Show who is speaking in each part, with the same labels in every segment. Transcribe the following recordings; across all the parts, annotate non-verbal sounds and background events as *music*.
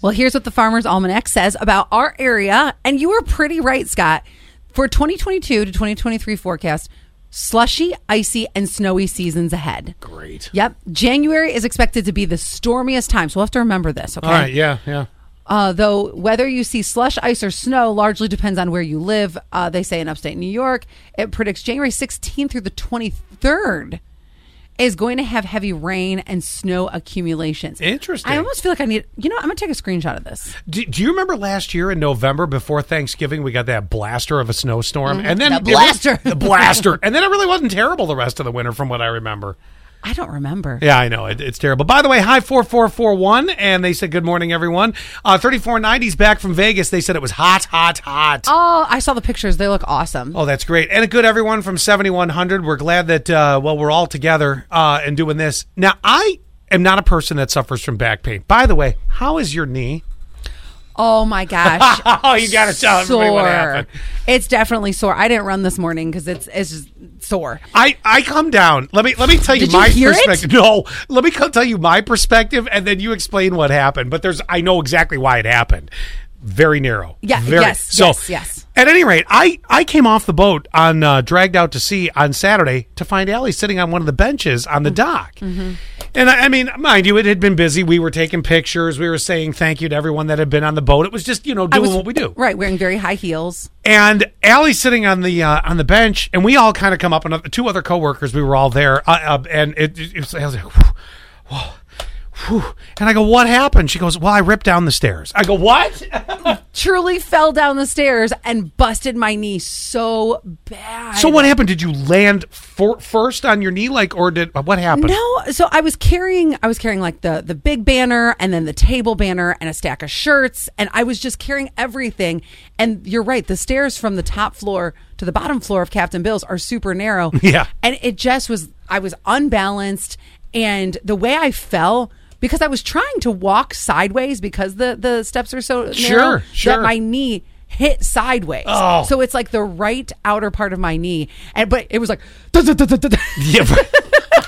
Speaker 1: Well, here's what the Farmer's Almanac says about our area. And you were pretty right, Scott. For 2022 to 2023 forecast, slushy, icy, and snowy seasons ahead.
Speaker 2: Great.
Speaker 1: Yep. January is expected to be the stormiest time. So we'll have to remember this, okay?
Speaker 2: All right. Yeah. Yeah.
Speaker 1: Uh, though whether you see slush, ice, or snow largely depends on where you live. Uh, they say in upstate New York, it predicts January 16th through the 23rd is going to have heavy rain and snow accumulations.
Speaker 2: Interesting.
Speaker 1: I almost feel like I need, you know, I'm going to take a screenshot of this.
Speaker 2: Do, do you remember last year in November before Thanksgiving we got that blaster of a snowstorm and then
Speaker 1: The
Speaker 2: it was-
Speaker 1: blaster.
Speaker 2: Mm-hmm. the blaster and then it really wasn't terrible the rest of the winter from what I remember.
Speaker 1: I don't remember.
Speaker 2: Yeah, I know. It, it's terrible. By the way, hi 4441. And they said, Good morning, everyone. Uh, 3490's back from Vegas. They said it was hot, hot, hot. Oh.
Speaker 1: Oh, I saw the pictures. They look awesome.
Speaker 2: that's great. And a good everyone from 7100. We're glad that, uh, well, we're all together uh, and doing this. Now, I am not a person that suffers from back pain. By the way, how is your knee?
Speaker 1: Oh my gosh.
Speaker 2: Oh, *laughs* you got to tell everybody what happened.
Speaker 1: It's definitely sore. I didn't run this morning because it's it's just sore.
Speaker 2: I, I come down. Let me let me tell you
Speaker 1: Did you
Speaker 2: my
Speaker 1: hear it?
Speaker 2: perspective. No, let me co- tell you my perspective, and then you explain what happened. But there's I know exactly why it happened. Very narrow.
Speaker 1: Yeah,
Speaker 2: Very,
Speaker 1: yes, yes, yes.
Speaker 2: At any rate, I I came off the boat on uh, dragged out to sea on Saturday to find Allie sitting on one of the benches on the
Speaker 1: Mm-hmm.
Speaker 2: dock. And I, I mean, mind you, it had been busy. We were taking pictures. We were saying thank you to everyone that had been on the boat. It was just you know
Speaker 1: I
Speaker 2: doing what we do.
Speaker 1: Right, wearing very high heels.
Speaker 2: And Allie's sitting on the uh, on the bench, and we all kind of come up. And two other coworkers, we were all there, uh, uh, and it, it, was, I was like, whew, whoa, whew. and I go, "What happened?" She goes, "Well, I ripped down the stairs." I
Speaker 1: *laughs*
Speaker 2: go, "What?"
Speaker 1: Truly fell down the stairs and busted my knee so bad.
Speaker 2: so what happened? Did you land for, first on your knee, like, or did what happened?
Speaker 1: No, so I was carrying I was carrying like the the big banner and then the table banner and a stack of shirts and I was just carrying everything and you're right the stairs from the top floor to the bottom floor of Captain Bill's are super narrow.
Speaker 2: *laughs* Yeah.
Speaker 1: And it just was I was unbalanced and the way I fell because I was trying to walk sideways because the the steps are so narrow
Speaker 2: Sure, sure.
Speaker 1: that my knee hit sideways.
Speaker 2: Oh.
Speaker 1: So it's like the right outer part of my knee and but it was
Speaker 2: *laughs*
Speaker 1: like *laughs* "Duh, duh, duh, duh, duh, duh."
Speaker 2: *laughs* Yeah, but-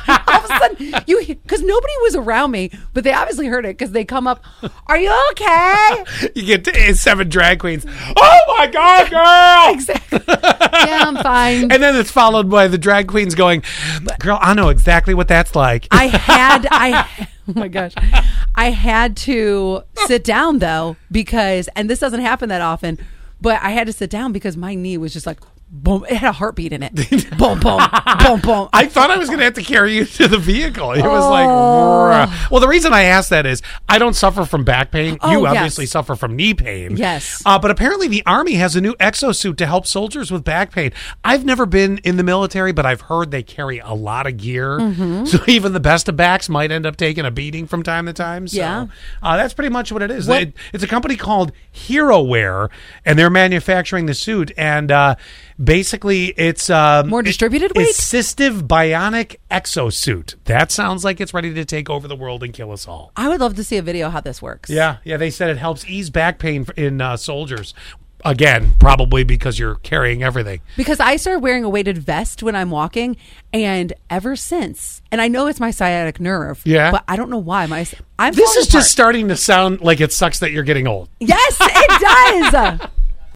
Speaker 1: all of a sudden you because nobody was around me but they obviously heard it because they come up are you okay *laughs*
Speaker 2: you get to, it's seven drag queens. Oh my
Speaker 1: *laughs*
Speaker 2: god, girl!
Speaker 1: exactly yeah i'm fine
Speaker 2: And then it's followed by the drag queens going, "Girl, I know exactly what that's like."
Speaker 1: i had i oh my gosh i had to sit down though because and this doesn't happen that often but i had to sit down because my knee was just like boom it had a heartbeat in it
Speaker 2: *laughs*
Speaker 1: boom boom boom boom
Speaker 2: I thought I was going to have to carry you to the vehicle. It was like, "Bruh." well, the reason I asked that is I don't suffer from back pain.
Speaker 1: Oh,
Speaker 2: you
Speaker 1: yes.
Speaker 2: obviously suffer from knee pain.
Speaker 1: Yes.
Speaker 2: Uh, but apparently, the Army has a new exosuit to help soldiers with back pain. I've never been in the military, but I've heard they carry a lot of gear.
Speaker 1: Mm-hmm.
Speaker 2: So *laughs* even the best of backs might end up taking a beating from time to time. So,
Speaker 1: Yeah.
Speaker 2: Uh, that's pretty much what it is.
Speaker 1: What-
Speaker 2: It- it's a company called Hero Wear, and they're manufacturing the suit. And uh, basically, it's. Um,
Speaker 1: More distributed
Speaker 2: weight.
Speaker 1: weight?
Speaker 2: Assistive bionic exosuit. That sounds like it's ready to take over the world and kill us all.
Speaker 1: i would love to see a video how this works
Speaker 2: Yeah, yeah. They said it helps ease back pain f- in uh, soldiers. Again, probably because you're carrying everything.
Speaker 1: Because I started wearing a weighted vest when I'm walking, and ever since, and I know it's my sciatic nerve.
Speaker 2: Yeah.
Speaker 1: but I don't know why my I'm.
Speaker 2: This
Speaker 1: falling
Speaker 2: is just
Speaker 1: apart.
Speaker 2: starting to sound like it sucks that you're getting old. *laughs*
Speaker 1: yes, it does.